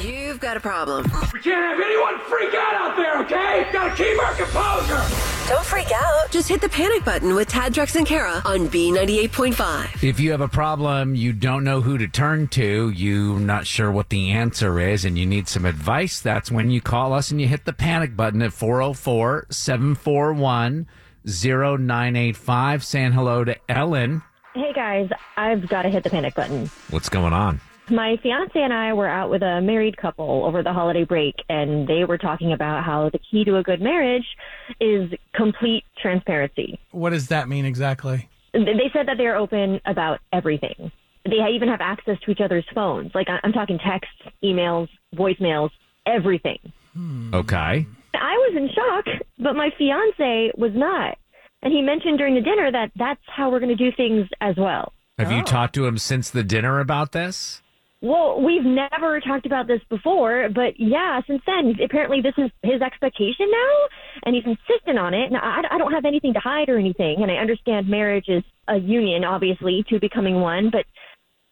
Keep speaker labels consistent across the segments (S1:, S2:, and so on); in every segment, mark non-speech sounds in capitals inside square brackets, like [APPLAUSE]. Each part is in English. S1: You've got a problem.
S2: We can't have anyone freak out out there, okay? Gotta keep our composure.
S1: Don't freak out. Just hit the panic button with Tad, Drex, and Kara on B98.5.
S3: If you have a problem, you don't know who to turn to, you're not sure what the answer is, and you need some advice, that's when you call us and you hit the panic button at 404 741 0985. Saying hello to Ellen.
S4: Hey guys, I've got to hit the panic button.
S3: What's going on?
S4: My fiance and I were out with a married couple over the holiday break, and they were talking about how the key to a good marriage is complete transparency.
S5: What does that mean exactly?
S4: Th- They said that they're open about everything. They ha- even have access to each other's phones. Like, I- I'm talking texts, emails, voicemails, everything.
S3: Hmm. Okay.
S4: I was in shock, but my fiance was not. And he mentioned during the dinner that that's how we're going to do things as well.
S3: Have you talked to him since the dinner about this?
S4: Well, we've never talked about this before, but yeah, since then, apparently this is his expectation now, and he's insistent on it. And I, I don't have anything to hide or anything, and I understand marriage is a union, obviously, to becoming one, but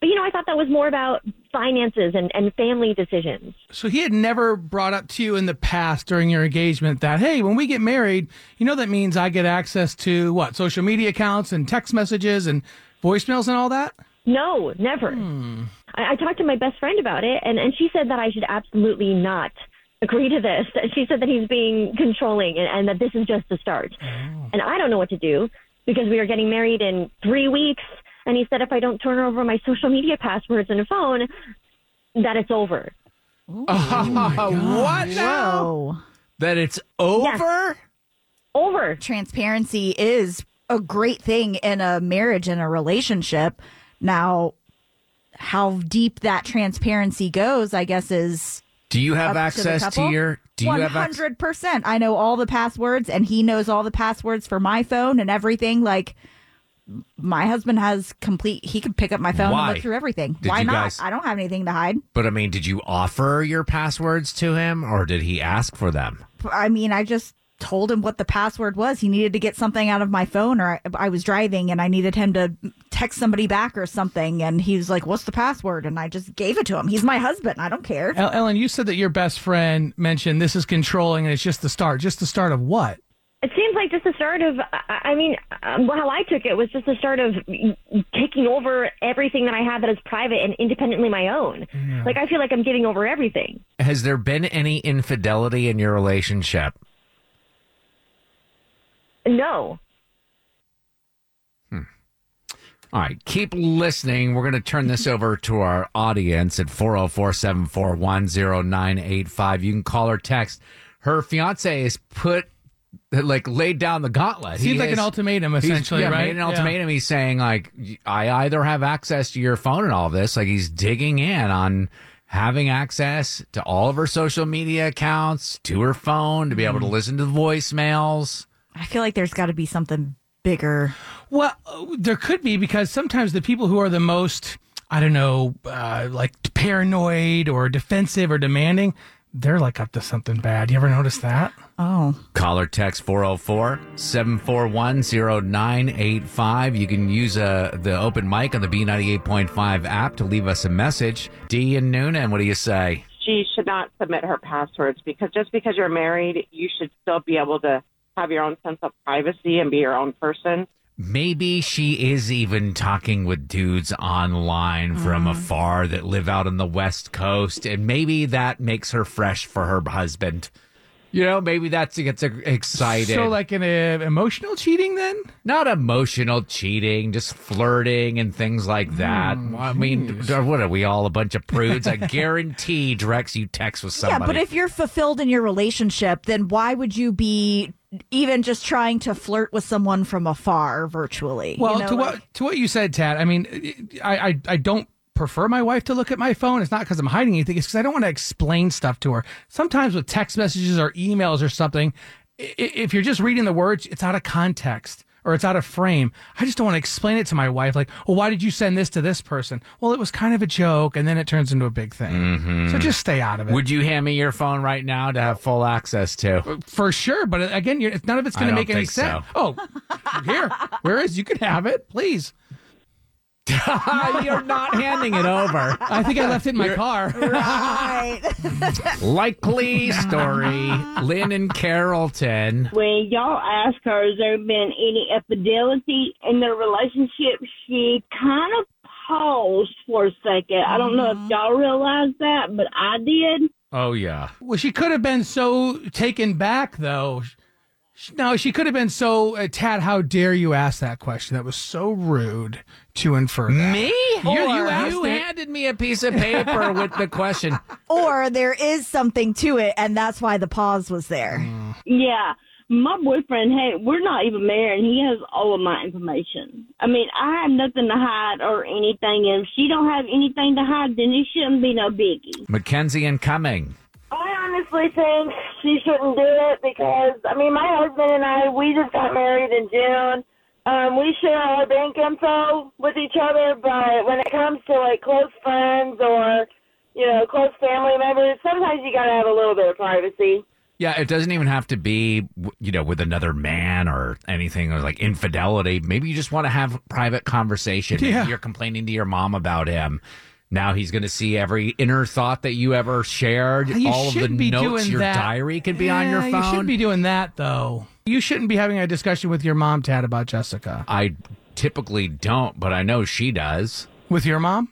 S4: but you know, I thought that was more about finances and and family decisions.
S5: So he had never brought up to you in the past during your engagement that, hey, when we get married, you know that means I get access to what? Social media accounts and text messages and voicemails and all that? Hmm.
S4: No, never. I, I talked to my best friend about it, and, and she said that I should absolutely not agree to this. [LAUGHS] That She said that he's being controlling and, and that this is just the start. And I don't know what to do because we are getting married in three weeks, and he said if I don't turn over my social media passwords and phone, that it's over.
S5: Oh, my
S6: what
S5: gosh.
S6: now?
S3: That it's over?
S4: Over.
S6: Transparency is a great thing in a marriage and a relationship. Now, how deep that transparency goes, I guess, is
S3: Do you have
S6: up
S3: access
S6: to, the
S3: to,
S6: couple.
S3: your. Do you have access?
S6: 100%. I know all the passwords, and he knows all the passwords for my phone and everything. Like, my husband has complete, he could pick up my phone
S3: Why?
S6: and look through everything.
S3: Did
S6: Why
S3: you
S6: not?
S3: guys-
S6: I don't have anything to hide.
S3: But I mean, did you offer your passwords to him or did he ask for them?
S6: I mean, I just told him what the password was. He needed to get something out of my phone, or I, I was driving and I needed him to text somebody back or something. And he was like, What's the password? And I just gave it to him. He's my husband. I don't care.
S5: El- Ellen, you said that your best friend mentioned this is controlling and it's just the start. Just the start of what?
S4: It seems like just the start of, I I mean, um, how I took it was just the start of taking over everything that I have that is private and independently my own. Like, I feel like I'm giving over everything.
S3: Has there been any infidelity in your relationship?
S4: No.
S3: All right, keep listening. We're going to turn this over to our audience at 404 741 0985. You can call or text. Her fiance is put, like, laid down the gauntlet.
S5: Seems
S3: He
S5: like an
S3: is-
S5: ultimatum,
S3: he's-
S5: essentially,
S3: yeah,
S5: right?
S3: Made an
S5: Yeah.
S3: ultimatum. He's saying, like, I either have access to your phone and all this. Like, he's digging in on having access to all of her social media accounts, to her phone, to be
S5: Mm.
S3: able to listen to the voicemails.
S6: I feel like there's got to be something bigger.
S5: Well, uh, there could be because sometimes the people who are the most, I don't know, uh, like paranoid or defensive or demanding, they're like up to something bad. You ever notice that?
S6: Oh,
S3: Call or text 404 741 0985. You can use uh, the open mic on the B98.5 app to leave us a message. D and Noonan, what do you say?
S7: she should not submit her passwords because just because you're married, you should still be able to have your own sense of privacy and be your own person.
S3: Maybe she is even talking with dudes online from afar that live out on the West Coast, and maybe that makes her fresh for her husband. You know, maybe that's gets her excited.
S5: So, like an uh, emotional cheating, then?
S3: not emotional cheating, just flirting and things
S5: Hmm,
S3: like that. I mean, what are we all a bunch of prudes? I guarantee [LAUGHS] Drex, you text with somebody.
S6: yeah. But if you're fulfilled in your relationship, then why would you be even just trying to flirt with someone from afar virtually? You
S5: Well,
S6: know,
S5: to
S6: like-
S5: what to what you said, Tad. I mean, I I, I don't prefer my wife to look at my phone. It's not because I'm hiding anything. It's because I don't want to explain stuff to her. Sometimes with text messages or emails or something, i- i- if you're just reading the words, it's out of context or it's out of frame. I just don't want to explain it to my wife. Like, well, why did you send this to this person? Well, it was kind of a joke, and then it turns into a big thing.
S3: Mm.
S5: So just stay out of it.
S3: Mm-hmm. Would you hand me your phone right now to have full access to?
S5: Uh, for sure, but again, you're, it's- none of it's going
S3: I
S5: to
S3: don't
S5: make any
S3: think so.
S5: sense. Oh, here, where is you can have it, please.
S3: [LAUGHS] You're not handing it over.
S5: I think I left it in my car.
S6: [LAUGHS] Right.
S3: [LAUGHS] Likely story. Lynn and Carrollton.
S8: [LAUGHS] When y'all ask her, has there been any infidelity in their relationship? She kind of paused for a 2nd I don't know
S6: Mm-hmm.
S8: if y'all realized that, but I did.
S3: Oh yeah.
S5: well, she could have been so taken back, though. She- No, she could have been so uh, Tad. How dare you ask that question? That was so rude to infer. That.
S3: Me? You,
S5: Or-
S3: you, Oh, asked-
S5: you
S3: you handed me a piece of paper with the question.
S6: or there is something to it, and that's why the pause was there.
S8: Yeah. My boyfriend, hey, we're not even married, and he has all of my information. I mean, I have nothing to hide or anything. And if she don't have anything to hide, then it shouldn't be no biggie.
S3: [LAUGHS] Mackenzie and Cumming.
S9: I honestly think she shouldn't do it because I mean my husband and I we just got married in June. Um, we share our bank info with each other, but when it comes to like close friends or you know close family members, sometimes you gotta have a little bit of privacy.
S3: Yeah, it doesn't even have to be, you know, with another man or anything or like infidelity. Maybe you just want to have private conversation. Maybe
S5: Yeah.
S3: You're complaining to your mom about him. Now he's going to see every inner thought that you ever shared.
S5: You
S3: All of the
S5: should be
S3: notes,
S5: doing
S3: your
S5: that.
S3: diary could be on your
S5: Yeah,
S3: phone.
S5: You should be doing that though. You shouldn't be having a discussion with your mom, Tad, about Jessica.
S3: I typically don't, but I know she does.
S5: With your mom?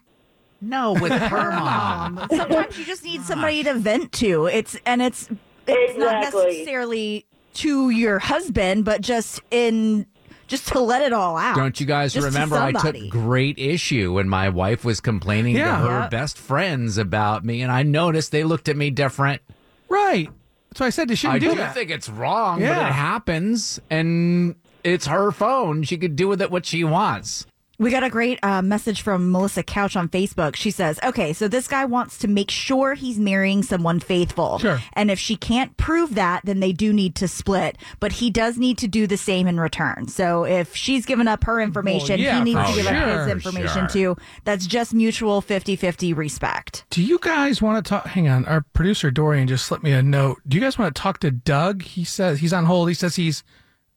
S3: No,
S6: [LAUGHS]
S3: with her mom.
S6: Sometimes you just need somebody to vent to. It's and it's it's not
S9: Exactly.
S6: necessarily to your husband, but just in just to let it all out.
S3: Don't you guys
S6: Just to
S3: remember I took
S6: somebody.
S3: great issue when my wife was complaining
S5: Yeah.
S3: to her
S6: Yep.
S3: best friends about me and I noticed they looked at me different.
S5: Right. So I said you shouldn't
S3: I
S5: do,
S3: do
S5: that.
S3: think it's wrong, but
S5: Yeah.
S3: it happens, and it's her phone. She could do with it what she wants.
S6: We got a great uh, message from Melissa Couch on Facebook. She says, "Okay, so this guy wants to make sure he's marrying someone faithful,
S5: Sure.
S6: and if she can't prove that, then they do need to split. But he does need to do the same in return. So if she's given up her information,
S5: yeah,
S6: he needs
S5: for
S6: to give up
S5: sure,
S6: his information
S3: sure.
S6: too. That's just mutual 50-50 respect."
S5: Do you guys want to talk? Hang on, our producer Dorian just slipped me a note. Do you guys want to talk to Doug? He says he's on hold. He says he's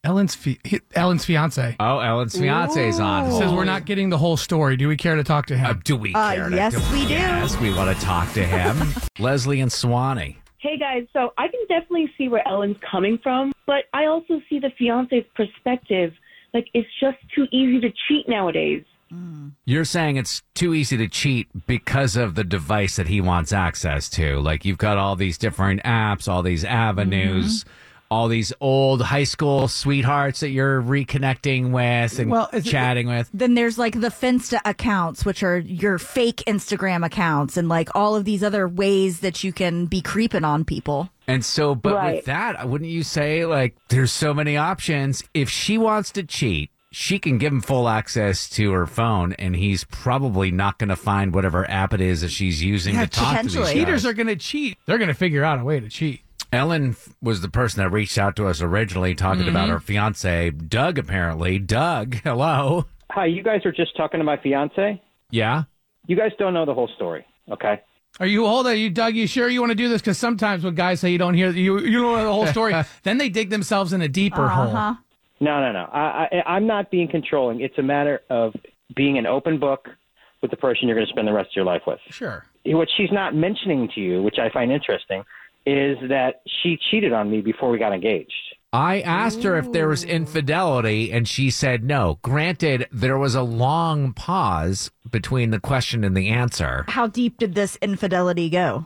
S5: Ellen's fi- he- Ellen's fiance.
S3: Oh, Ellen's fiance's on.
S5: Says
S3: hold.
S5: we're not getting the whole story. Do we care to talk to him?
S3: Uh, do we
S6: Uh,
S3: care? to-
S6: yes, we do.
S3: Yes, we want to talk
S6: [LAUGHS]
S3: to him. Leslie and Swanee.
S10: Hey guys, so I can definitely see where Ellen's coming from, but I also see the fiance's perspective. Like it's just too easy to cheat nowadays.
S3: You're saying it's too easy to cheat because of the device that he wants access to. Like you've got all these different apps, all these avenues,
S5: Mm-hmm.
S3: all these old high school sweethearts that you're reconnecting with and
S5: Well, is it-
S3: chatting with.
S6: Then there's like the Finsta accounts, which are your fake Instagram accounts, and like all of these other ways that you can be creeping on people.
S3: And so, but with
S10: Right.
S3: that, wouldn't you say like there's so many options? If she wants to cheat, she can give him full access to her phone, and he's probably not going to find whatever app it is that she's using
S5: Yeah,
S3: to talk to these
S6: potentially.
S5: Cheaters
S3: guys.
S5: are going to cheat. They're going to figure out a way to cheat.
S3: Ellen f- was the person that reached out to us originally, talking
S5: Mm-hmm.
S3: about her fiance Doug. Apparently, Doug. [LAUGHS] Hello.
S11: Hi, you guys are just talking to my fiance.
S3: Yeah.
S11: You guys don't know the whole story, okay?
S5: Are you hold on, you Doug? You sure you want to do this? Because sometimes when guys say you don't hear, you you don't know the
S3: [LAUGHS]
S5: whole story, then they dig themselves in a deeper hole.
S11: No, no, no. I, I, I'm not being controlling. It's a matter of being an open book with the person you're going to spend the rest of your life with.
S5: Sure.
S11: What she's not mentioning to you, which I find interesting, is that she cheated on me before we got engaged.
S3: I asked her if there was infidelity, and she said no. Granted, there was a long pause between the question and the answer.
S6: How deep did this infidelity go?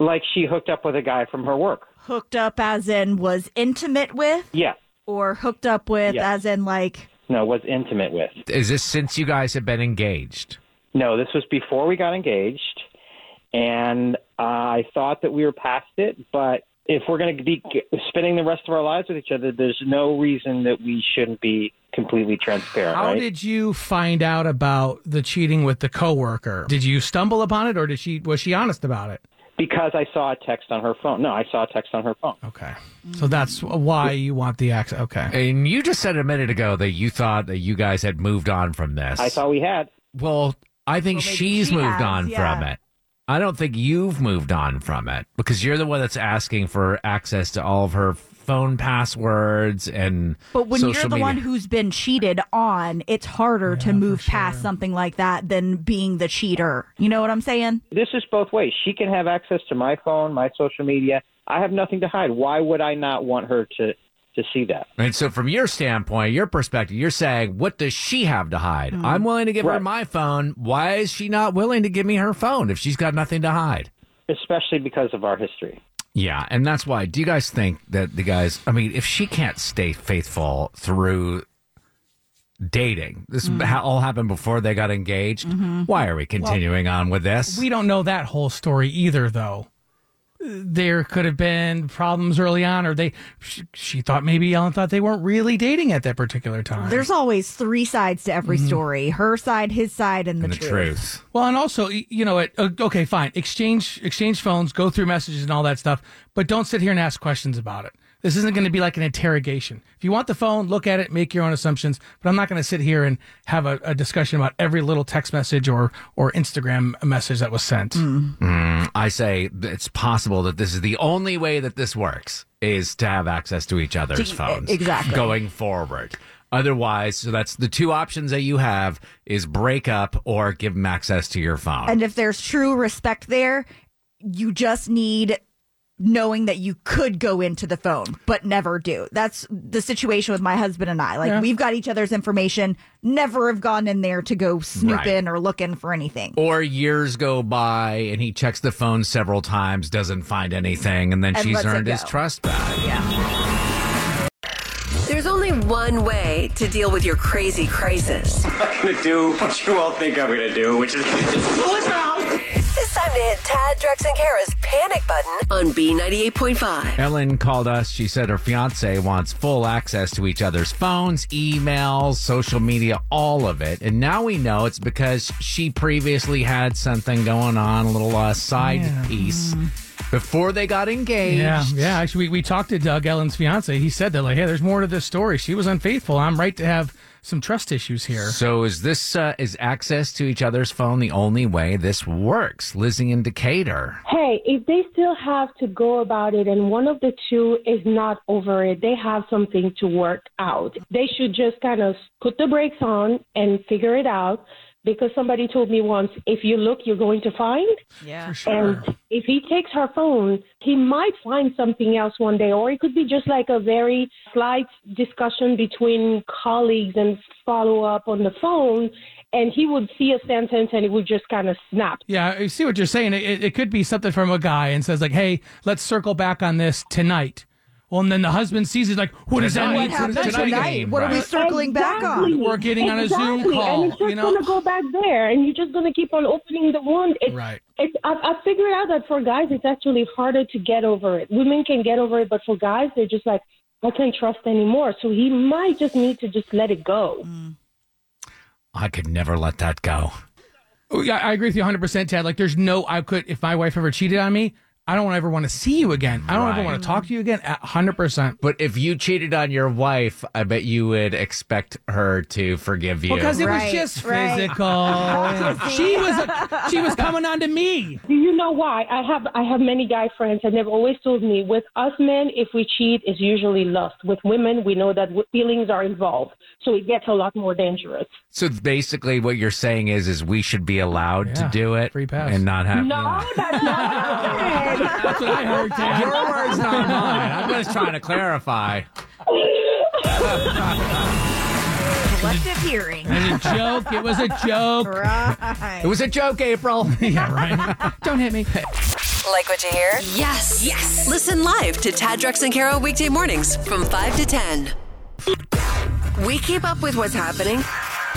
S11: Like she hooked up with a guy from her work.
S6: Hooked up as in was intimate with,
S11: Yeah.
S6: or hooked up with
S11: Yes.
S6: as in like,
S11: No, was intimate with.
S3: Is this since you guys have been engaged?
S11: No, this was before we got engaged, and I thought that we were past it, but if we're going to be g- spending the rest of our lives with each other, there's no reason that we shouldn't be completely transparent.
S5: How
S11: right?
S5: did you find out about the cheating with the coworker? Did you stumble upon it, or did she was she honest about it?
S11: because I saw a text on her phone. No, I saw a text on her phone.
S5: Okay. So that's why you want the access. Okay.
S3: And you just said a minute ago that you thought that you guys had moved on from this.
S11: I thought we had.
S3: Well, I think she's
S11: she
S3: moved
S11: has,
S3: on
S11: yeah.
S3: from it. I don't think you've moved on from it because you're the one that's asking for access to all of her phone passwords and
S6: But when
S3: social
S6: you're the
S3: media.
S6: one who's been cheated on, it's harder to move past something like that than being the cheater. You know what I'm saying?
S11: This is both ways. She can have access to my phone, my social media. I have nothing to hide. Why would I not want her to to see that?
S3: And so, from your standpoint, your perspective, you're saying, what does she have to hide?
S6: Mm-hmm.
S3: I'm willing to give her
S11: Right.
S3: my phone. Why is she not willing to give me her phone if she's got nothing to hide?
S11: Especially because of our history.
S3: Yeah, and that's why. Do you guys think that the guys? I mean, if she can't stay faithful through dating, this
S5: Mm-hmm.
S3: ha- all happened before they got engaged. Why are we continuing on with this?
S5: We don't know that whole story either, though. There could have been problems early on, or they she, she thought maybe Ellen thought they weren't really dating at that particular time.
S6: There's always three sides to
S3: Mm-hmm.
S6: every story her side, his side, and the, truth.
S5: Well, and also, y- you know, it, uh, okay, fine. Exchange exchange phones, go through messages and all that stuff, but don't sit here and ask questions about it. This isn't going to be like an interrogation. If you want the phone, look at it, make your own assumptions. But I'm not going to sit here and have a, a discussion about every little text message or or Instagram message that was sent.
S3: Mm, I say th- it's possible that this is the only way that this works is to have access to each other's
S5: To- e,
S3: phones.
S5: exactly.
S3: Going forward. Otherwise, so that's the two options that you have is break up or give them access to your phone.
S6: And if there's true respect there, you just need knowing that you could go into the phone, but never do. That's the situation with my husband and I. Like,
S3: Yeah.
S6: we've got each other's information, never have gone in there to go snoop
S3: Right.
S6: in or looking for anything.
S3: Or years go by and he checks the phone several times, doesn't find anything, and then
S1: And
S3: she's
S1: lets it
S3: earned his
S1: go.
S3: trust back.
S1: There's only one way to deal with your crazy crisis.
S12: I'm gonna do what you all think I'm gonna do, which is
S1: It's time to hit Tad, Drex, and Kara's panic button on B98.5.
S3: Ellen called us. She said her fiance wants full access to each other's phones, emails, social media, all of it. And now we know it's because she previously had something going on, a little uh, side piece before they got engaged.
S5: Yeah, yeah. Actually, we, we talked to Doug Ellen's fiance. He said that like, hey, there's more to this story. She was unfaithful. I'm right to have some trust issues here.
S3: So is this uh, is access to each other's phone the only way this works? Lizzie and Decatur.
S13: Hey, if they still have to go about it and one of the two is not over it, they have something to work out. They should just kind of put the brakes on and figure it out because somebody told me once if you look, you're going to find.
S6: Yeah.
S13: And if he takes her phone, he might find something else one day, or it could be just like a very slight discussion between colleagues and follow up on the phone. And he would see a sentence and it would just kind of snap.
S5: Yeah, I see what you're saying. It- It, it could be something from a guy and says like, "Hey, let's circle back on this tonight." Well, and then the husband sees it like, "What does that
S6: Tonight.
S5: mean?
S6: What happened
S5: does that
S6: tonight?
S5: mean?"
S6: What are we Right. circling back on?
S13: Exactly.
S5: We're getting on a Zoom
S13: Exactly.
S5: call,
S13: And it's just
S5: you know?
S13: going to go back there, and you're just going to keep on opening the wound. It's,
S5: Right.
S13: It's, I, I figured out that for guys, it's actually harder to get over it. Women can get over it, but for guys, they're just like, I can't trust anymore. So he might just need to just let it go.
S6: Mm.
S3: I could never let that go.
S5: Oh, yeah, I agree with you 100, percent Tad. Like, there's no I could if my wife ever cheated on me, I don't ever want to see you again. I don't ever
S3: Right.
S5: want to talk to you again. At 100. percent
S3: But if you cheated on your wife, I bet you would expect her to forgive you.
S5: Because it was just
S13: right.
S5: physical. she was a, she was coming on to me.
S13: Do you know why? I have I have many guy friends, and they've always told me, with us men, if we cheat, it's usually lust. With women, we know that w- feelings are involved, so it gets a lot more
S6: [LAUGHS]
S13: dangerous.
S3: So basically, what you're saying is, is we should be allowed
S5: Yeah,
S3: to do it and not have.
S13: No, that's not what I said.
S5: That's what I heard. Tad.
S3: Your words,
S5: [LAUGHS]
S3: not mine. I'm just trying to clarify.
S6: Collective hearing.
S5: It was a joke. It was a
S9: [LAUGHS]
S5: joke.
S6: Right.
S3: It was a joke, April.
S5: [LAUGHS] yeah, right. Don't hit me.
S1: Like what you hear? Yes. Yes. Listen live to Tad, Drex, and Kara weekday mornings from 5 to 10. We keep up with what's happening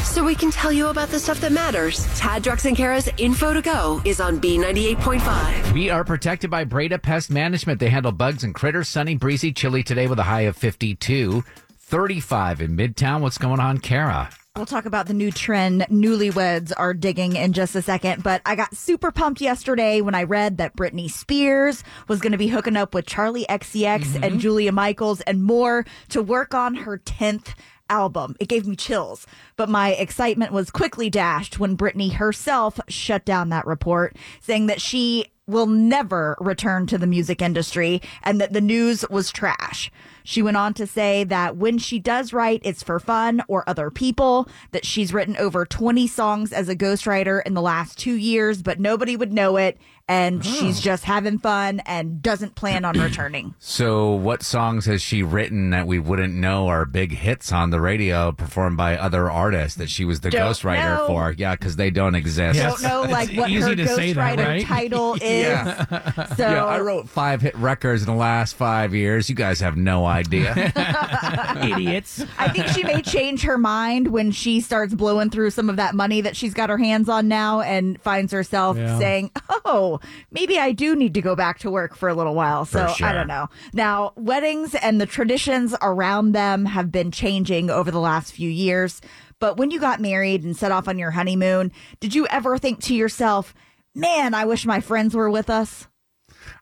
S1: so we can tell you about the stuff that matters. Tad Drex and Kara's info to go is on B98.5.
S3: We are protected by Breda Pest Management. They handle bugs and critters. Sunny, breezy, chilly today with a high of 52. 35 in Midtown. What's going on, Kara?
S6: We'll talk about the new trend newlyweds are digging in just a second, but I got super pumped yesterday when I read that Britney Spears was going to be hooking up with Charlie XCX
S14: Mhm.
S6: and Julia Michaels and more to work on her 10th album. It gave me chills, but my excitement was quickly dashed when Britney herself shut down that report, saying that she will never return to the music industry and that the news was trash. She went on to say that when she does write, it's for fun or other people, that she's written over 20 songs as a ghostwriter in the last two years, but nobody would know it. And she's just having fun and doesn't plan on returning.
S3: So, what songs has she written that we wouldn't know are big hits on the radio performed by other artists that she was the
S6: Don't
S3: ghostwriter
S6: know.
S3: for? Yeah, because they don't exist.
S6: Don't know like what her ghostwriter
S14: [LAUGHS]
S6: title is. So
S3: [LAUGHS] yeah, I wrote five hit records in the last five years. You guys have no idea. [LAUGHS] Idiots.
S6: I think she
S3: [LAUGHS]
S6: may change her mind when she starts blowing through some of that money that she's got her hands on now and finds herself
S14: Yeah.
S6: saying, Oh, maybe I do need to go back to work for a little while.
S14: For
S6: So I
S14: sure.
S6: don't know. Now, weddings and the traditions around them have been changing over the last few years. But when you got married and set off on your honeymoon, did you ever think to yourself, Man, I wish my friends were with us?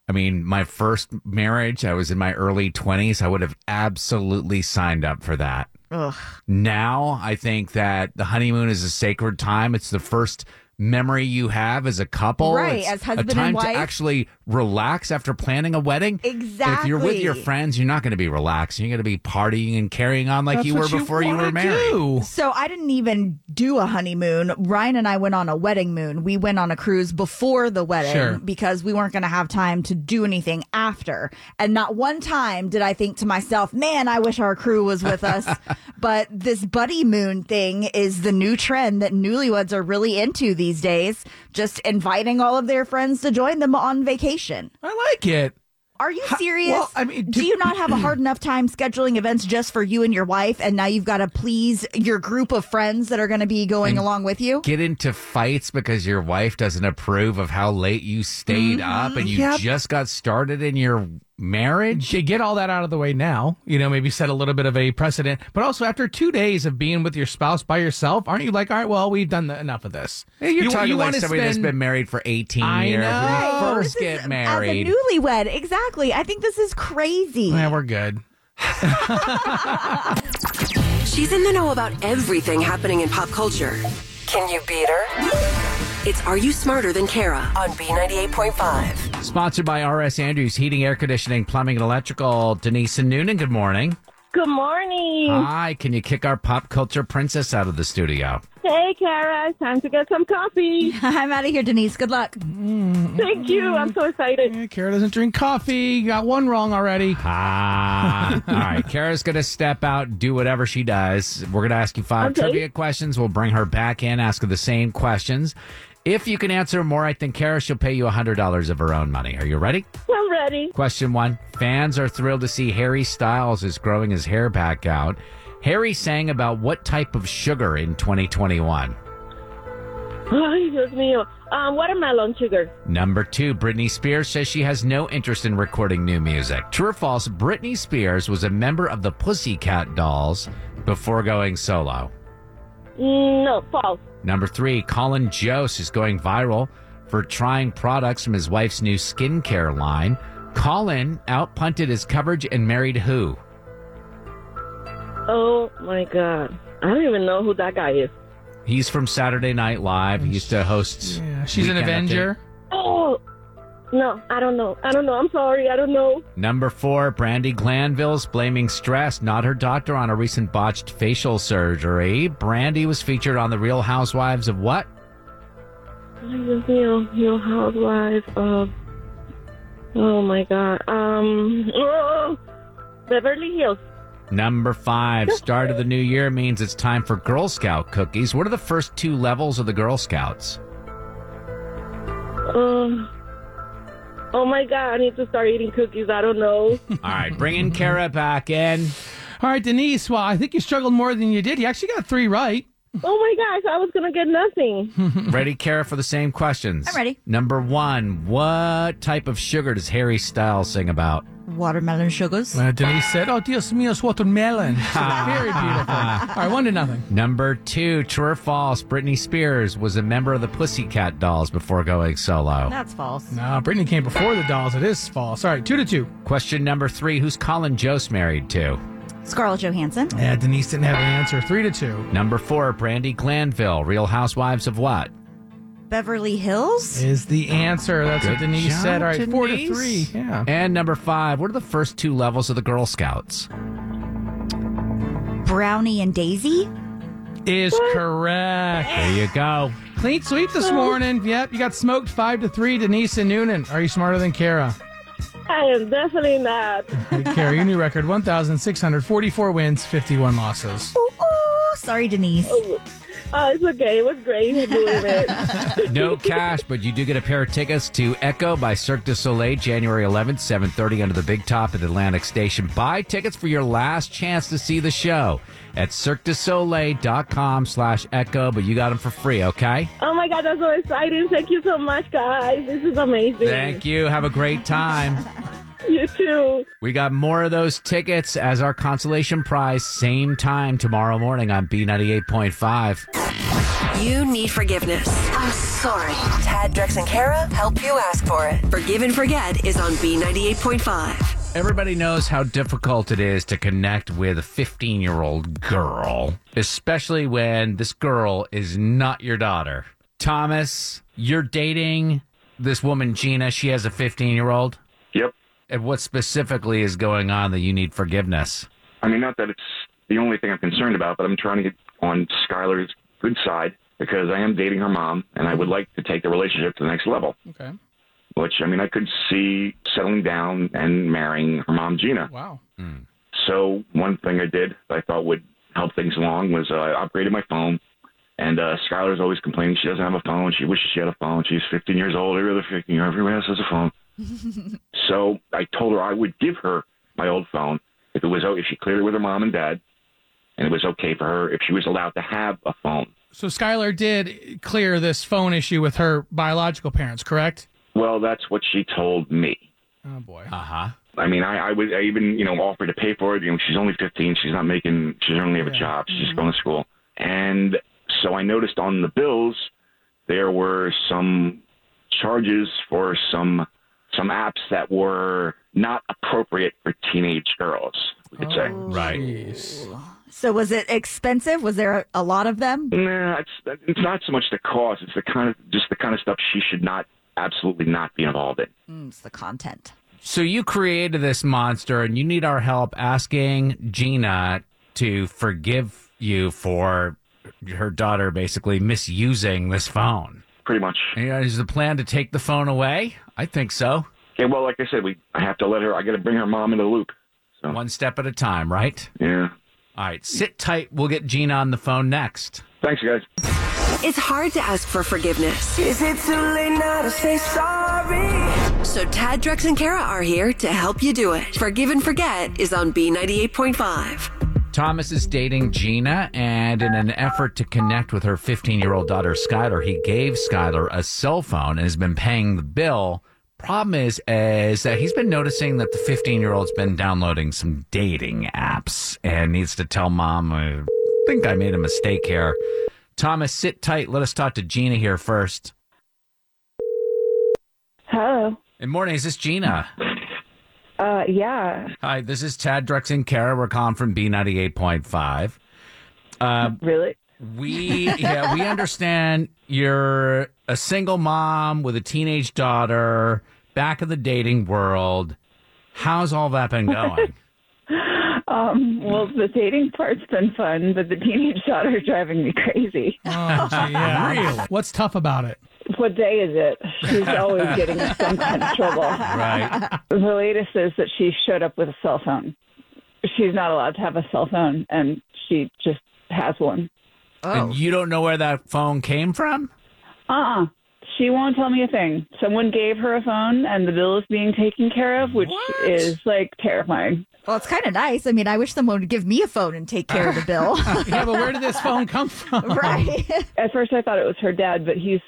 S3: I mean, my first marriage, I was in my early 20s. I would have absolutely signed up for that.
S6: Ugh.
S3: Now, I think that the honeymoon is a sacred time. It's the first memory you have as a couple.
S6: Right,
S3: It's
S6: as husband
S3: a
S6: and
S3: time
S6: wife.
S3: to actually relax after planning a wedding. If you're with your
S6: Exactly.
S3: friends, you're not going to be relaxed. You're going to be partying and carrying on like
S6: That's
S3: you were
S6: what you
S3: before you
S6: wanna
S3: were married.
S6: So I didn't even do a honeymoon. Ryan and I went on a wedding moon. We went on a cruise before the wedding
S14: Sure.
S6: because we weren't going to have time to do anything after. And not one time did I think to myself, man, I wish our crew was with
S3: [LAUGHS]
S6: us. but this buddy moon thing is the new trend that newlyweds are really into these days, just inviting all of their friends to join them on vacation.
S5: I like it.
S6: Are you serious?
S5: well, I mean,
S6: do,
S5: do-
S6: you not have a
S5: [CLEARS THROAT]
S6: hard enough time scheduling events just for you and your wife, and now you've got to please your group of friends that are going to be going
S3: And
S6: along with you?
S3: Get into fights because your wife doesn't approve of how late you stayed up and you
S5: Yep.
S3: just got started in your marriage.
S5: You get all that out of the way now, you know, maybe set a little bit of a precedent. But also, after two days of being with your spouse by yourself, aren't you like, all right, well, we've done the, enough of this?
S3: Hey, You're
S5: You-
S3: talking
S5: you
S3: like
S5: wanna
S3: somebody that's
S5: spend-
S3: been married for 18
S5: I
S3: years. When you
S5: know.
S3: first
S5: This
S3: get
S6: As a
S3: married.
S6: newlywed, exactly. I think this is crazy.
S5: Yeah, we're good.
S1: [LAUGHS] She's in the know about everything happening in pop culture. Can you beat her? It's Are You Smarter Than Kara on B98.5.
S3: Sponsored by R.S. Andrews Heating, Air Conditioning, Plumbing, and Electrical. Denise and Noonan, good morning.
S9: Good morning.
S3: Hi, can you kick our pop culture princess out of the studio?
S9: Hey, Kara. It's time to get some coffee.
S6: [LAUGHS] I'm out of here, Denise. Good luck.
S9: Thank you. I'm so excited.
S5: Mm-hmm. Yeah, Kara doesn't drink coffee. You got one wrong already.
S3: Ah, all right. Kara's going to step out, do whatever she does. We're going to ask you five
S5: Okay.
S3: trivia questions. We'll bring her back in, ask her the same questions. If you can answer more right than Kara, she'll pay you $100 of her own money. Are you ready?
S9: I'm ready.
S3: Question one Fans are thrilled to see Harry Styles is growing his hair back out. Harry sang about what type of sugar in 2021.
S9: Ay, Dios mío. Um, watermelon sugar.
S3: Number two, Britney Spears says she has no interest in recording new music. True or false, Britney Spears was a member of the Pussycat Dolls before going solo.
S9: Mm, No, false.
S3: Number three, Colin Jost is going viral for trying products from his wife's new skincare line. Colin outpunted his coverage and married who?
S9: Oh my God. I don't even know who that guy is.
S3: He's from Saturday Night Live. He used to host. Yeah,
S5: she's an Avenger.
S9: Oh, no, I don't know. I don't know. I'm sorry. I don't know.
S3: Number four, Brandy Glanville's blaming stress, not her doctor, on a recent botched facial surgery. Brandy was featured on The Real Housewives of what?
S9: Ay, Dios mío. Real Housewives of. Oh my God. Um. oh, Beverly Hills.
S3: Number five, start of the new year means it's time for Girl Scout cookies. What are the first two levels of the
S6: [LAUGHS]
S3: Girl Scouts?
S9: Oh. Oh my God. I need to start eating cookies. I don't know.
S3: All right, bringing Kara back in.
S5: All right, Hmm. Denise. Well, I think you struggled more than you did. You actually got three right.
S9: Oh my gosh, I was gonna get nothing.
S3: Ready, Kara, for the same questions?
S6: I'm ready.
S3: Number one, what type of sugar does Harry Styles
S6: [LAUGHS]
S3: sing about?
S6: Watermelon sugars.
S5: Uh, Denise said, "Oh, Dios mío, es watermelon." Very beautiful. All right, one to nothing.
S3: Number two, true or false, Britney Spears was a member of the Pussycat Dolls before going solo.
S6: That's false.
S5: No, Brittany came before the dolls. It is false. All right, two to two.
S3: Question number three, who's Colin Jost married to?
S6: Scarlett Johansson.
S5: Yeah, Eh, Denise didn't have an answer. Three to two.
S3: Number four, Brandy Glanville, Real Housewives of what?
S6: Beverly Hills.
S5: Is the answer. That's what
S3: Good
S5: Denise
S3: job,
S5: said. All right, four to
S3: Denise.
S5: three. Yeah.
S3: And number five, what are the first two levels of the Girl Scouts?
S6: Brownie and Daisy.
S5: Is correct.
S3: There you go.
S5: Clean sweep this morning. Yep, you got smoked five to three. Denise and Noonan. Are you smarter than Kara?
S9: I am definitely not.
S5: Kara, your new record: one thousand six hundred forty-four wins, fifty-one losses.
S6: Oh, sorry, Denise.
S9: Oh, it's okay. It was great doing it.
S3: No cash, but you do get a pair of tickets to Echo by Cirque du Soleil, January 11th, 7:30 under the Big Top at Atlantic Station. Buy tickets for your last chance to see the show at cirquedusoleil.com slash echo, but you got them for free, okay?
S9: Oh my god, that's so exciting. Thank you so much, guys. This is amazing.
S3: Thank you. Have a great time.
S9: You too. [LAUGHS]
S3: We got more of those tickets as our consolation prize, same time tomorrow morning on B98.5.
S1: You need forgiveness. I'm sorry. Tad, Drex, and Kara help you ask for it. Forgive and Forget is on B98.5.
S3: Everybody knows how difficult it is to connect with a 15 year old girl, especially when this girl is not your daughter. Thomas, you're dating this woman, Gina. She has a 15 year old.
S14: Yep.
S3: And what specifically is going on that you need forgiveness?
S14: I mean, not that it's the only thing I'm concerned about, but I'm trying to get on Skylar's good side because I am dating her mom, and I would like to take the relationship to the next level.
S5: Okay.
S14: Which I mean, I could see settling down and marrying her mom, Gina.
S5: Wow.
S14: So one thing I did that I thought would help things along was uh, I upgraded my phone. And uh, Skylar's always complaining she doesn't have a phone. She wishes she had a phone. She's 15 years old. Every other 15 year old, everyone else has a phone. So I told her I would give her my old phone if it was o- if she cleared it with her mom and dad, and it was okay for her if she was allowed to have a phone.
S5: So Skylar did clear this phone issue with her biological parents, correct?
S14: Well, that's what she told me.
S5: Oh boy.
S3: Uh huh.
S14: I mean, I, I was I even you know offered to pay for it. You know, she's only 15. She's not making. She doesn't really have a job. She's just
S5: Mm-hmm.
S14: going to school. And so I noticed on the bills there were some charges for some some apps that were not appropriate for teenage girls. We could
S5: Oh,
S14: say.
S3: Right.
S6: [LAUGHS] So was it expensive? Was there a lot of them?
S14: Nah, it's it's not so much the cause. It's the kind of just the kind of stuff she should not absolutely not be involved in.
S6: Mm, it's the content.
S3: So you created this monster, and you need our help asking Gina to forgive you for her daughter basically misusing this phone.
S14: Pretty much.
S3: Yeah, is the plan to take the phone away? I think so.
S14: Yeah, well, like I said, we I have to let her. I got to bring her mom into the loop.
S3: One step at a time, right?
S14: Yeah.
S3: All right, sit tight. We'll get Gina on the phone next.
S14: Thanks, guys.
S1: It's hard to ask for forgiveness. Is it too late now to say sorry? So Tad, Drex, and Kara are here to help you do it. Forgive and Forget is on B98.5.
S3: Thomas is dating Gina, and in an effort to connect with her 15 year old daughter, Skylar, he gave Skylar a cell phone and has been paying the bill. Problem is, is that he's been noticing that the 15 year old's been downloading some dating apps and needs to tell mom, I think I made a mistake here. Thomas, sit tight. Let us talk to Gina here first.
S15: Hello.
S3: Good morning. Is this Gina?
S15: Uh, yeah.
S3: Hi, this is Tad Drex and Kara. We're calling from B98.5. Uh,
S15: really?
S3: We yeah, we understand you're a single mom with a teenage daughter, back in the dating world. How's all that
S15: [LAUGHS]
S3: been
S15: Oh.
S3: going?
S15: [LAUGHS] Um, well, the dating part's been fun, but the teenage daughter's [LAUGHS] driving me crazy.
S5: Oh, gee, yeah. Really? What's tough about it? [LAUGHS]
S15: What day is it? She's always getting in some kind of trouble.
S3: Right.
S15: The latest is that she showed up with a cell phone. She's not allowed to have a cell phone, and she just has one.
S3: And you don't know where that phone came from?
S15: Uh uh She won't tell me a thing. Someone gave her a phone, and the bill is being taken care of, which is like terrifying.
S6: Well, it's kind of nice. I mean, I wish someone would give me a phone and take care of the bill.
S5: yeah, but where did this phone come from?
S15: [LAUGHS]
S6: Right.
S15: Um, At first, I thought it was her dad, but he's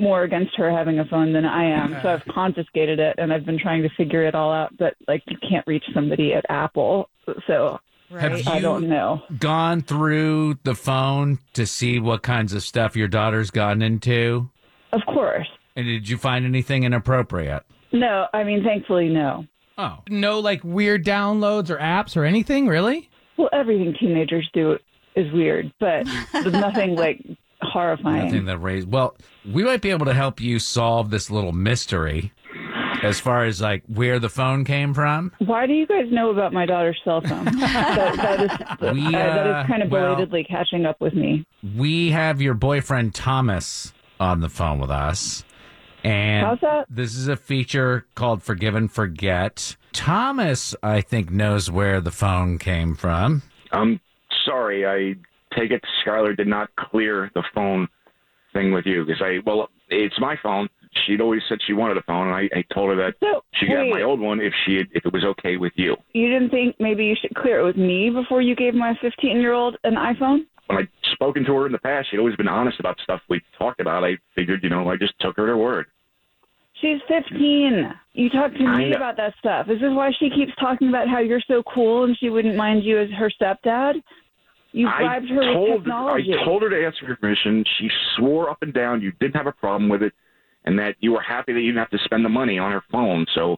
S15: more against her having a phone than I am. So I've confiscated it, and I've been trying to figure it all out. But like, you can't reach somebody at Apple, so
S3: Have
S15: I
S3: you-
S15: don't know.
S3: Gone through the phone to see what kinds of stuff your daughter's gotten into?
S15: Of course.
S3: And did you find anything inappropriate?
S15: No, I mean, thankfully, no.
S5: Oh. No, like weird downloads or apps or anything, really?
S15: Well, everything teenagers do is weird, but
S3: [LAUGHS]
S15: nothing like horrifying.
S3: Nothing that raised. Well, we might be able to help you solve this little mystery as far as like where the phone came from.
S15: Why do you guys know about my daughter's
S3: [LAUGHS]
S15: cell phone? that, that is,
S3: We,
S15: uh, that
S3: uh,
S15: is kind of
S3: well-
S15: belatedly catching up with me.
S3: We have your boyfriend Thomas on the phone with us. And
S15: How's that?
S3: this is a feature called Forgive and Forget. Thomas, I think, knows where the phone came from.
S14: I'm sorry. I take it Skylar did not clear the phone thing with you because I well, it's my phone. She'd always said she wanted a phone, and I, I told her that
S15: So,
S14: she could have
S15: wait.
S14: my old one if she had, if it was okay with you.
S15: You didn't think maybe you should clear it with me before you gave my 15 year old an iPhone?
S14: When I'd spoken to her in the past, she'd always been honest about stuff we talked about. I figured, you know, I just took her to her word.
S15: She's 15. You talked to
S14: I
S15: me
S14: know.
S15: about that stuff. This is why she keeps talking about how you're so cool and she wouldn't mind you as her stepdad. You
S14: I
S15: bribed her with
S14: told,
S15: technology.
S14: I told her to ask for permission. She swore up and down you didn't have a problem with it, and that you were happy that you didn't have to spend the money on her phone. So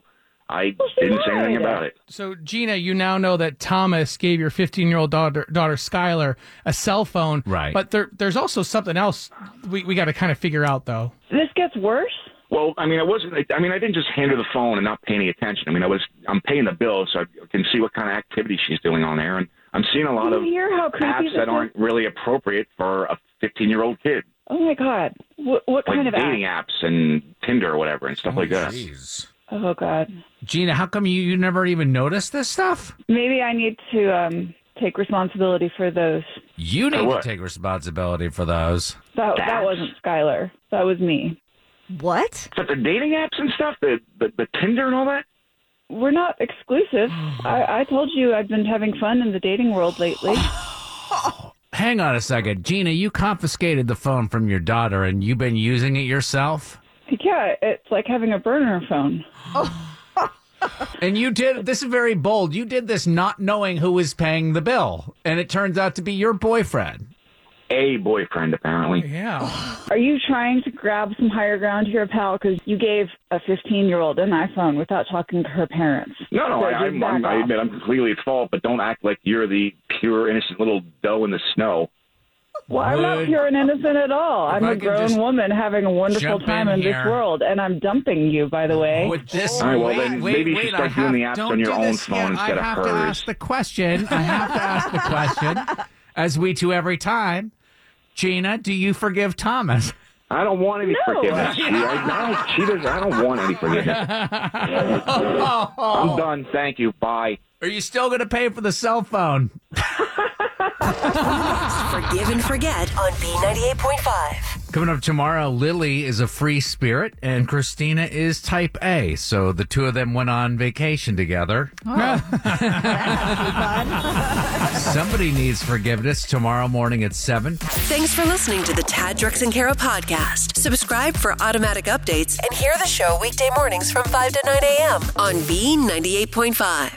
S14: I didn't say anything about it.
S5: So, Gina, you now know that Thomas gave your 15 year old daughter, daughter Skylar a cell phone.
S14: Right.
S5: But there, there's also something else we, we got to kind of figure out, though.
S15: This gets worse.
S14: Well, I mean, I wasn't. I mean, I didn't just hand her the phone and not pay any attention. I mean, I was. I'm paying the bill, so I can see what kind of activity she's doing on there, and I'm seeing a lot
S15: you
S14: of
S15: hear how creepy
S14: apps
S15: this
S14: that aren't
S15: is?
S14: really appropriate for a 15 year old kid,
S15: Oh my God. What, what
S14: like
S15: kind of act?
S14: dating apps and Tinder or whatever and stuff like that.
S15: Oh God.
S3: Gina, how come you, you never even noticed this stuff?
S15: Maybe I need to um, take responsibility for those.
S3: You need to
S15: what?
S3: take responsibility for those.
S15: That that wasn't Skylar. That was me.
S6: What?
S14: But the dating apps and stuff, the the, the Tinder and all that.
S15: We're not
S3: [SIGHS]
S15: exclusive. I, I told you I've been having fun in the dating
S3: [SIGHS]
S15: world lately.
S3: Hang on a second. Gina, you confiscated the phone from your daughter and you've been using it yourself?
S15: yeah, it's like having a burner phone.
S3: And you did this is very bold. You did this not knowing who was paying the bill, and it turns out to be your boyfriend.
S14: A boyfriend, apparently.
S5: Yeah.
S15: [SIGHS] Are you trying to grab some higher ground here, pal? Because you gave a 15 year old an iPhone without talking to her parents.
S14: No, no,
S15: So
S14: I,
S15: just
S14: I'm,
S15: back
S14: I'm, I
S15: off.
S14: admit I'm completely at fault, but don't act like you're the pure innocent little doe in the snow.
S15: Well, I'm not pure and innocent at all. I'm
S14: I
S15: a
S14: could
S15: grown
S14: just
S15: woman having a wonderful
S14: jump
S15: time
S14: in
S15: in,
S14: here.
S15: this world, and I'm dumping you, by the way.
S3: With
S14: All right, well, then maybe you should start doing the apps on your own phone instead of
S3: I have
S14: hers.
S3: to ask the question. I have to ask the question, as we do every time. Gina, do you forgive Thomas?
S14: I don't want any forgiveness. She, I, I don't, she does, I don't want any forgiveness. I'm done. Thank you. Bye.
S3: Oh. Are you still going to pay for the cell phone?
S1: [LAUGHS] Forgive and Forget on B98.5.
S3: Coming up tomorrow, Lily is a free spirit and Christina is type A. So the two of them went on vacation together. Somebody needs forgiveness tomorrow morning at 7.
S1: Thanks for listening to the Tad Drex and Kara podcast. Subscribe for automatic updates and hear the show weekday mornings from 5 to 9 a.m. on B98.5.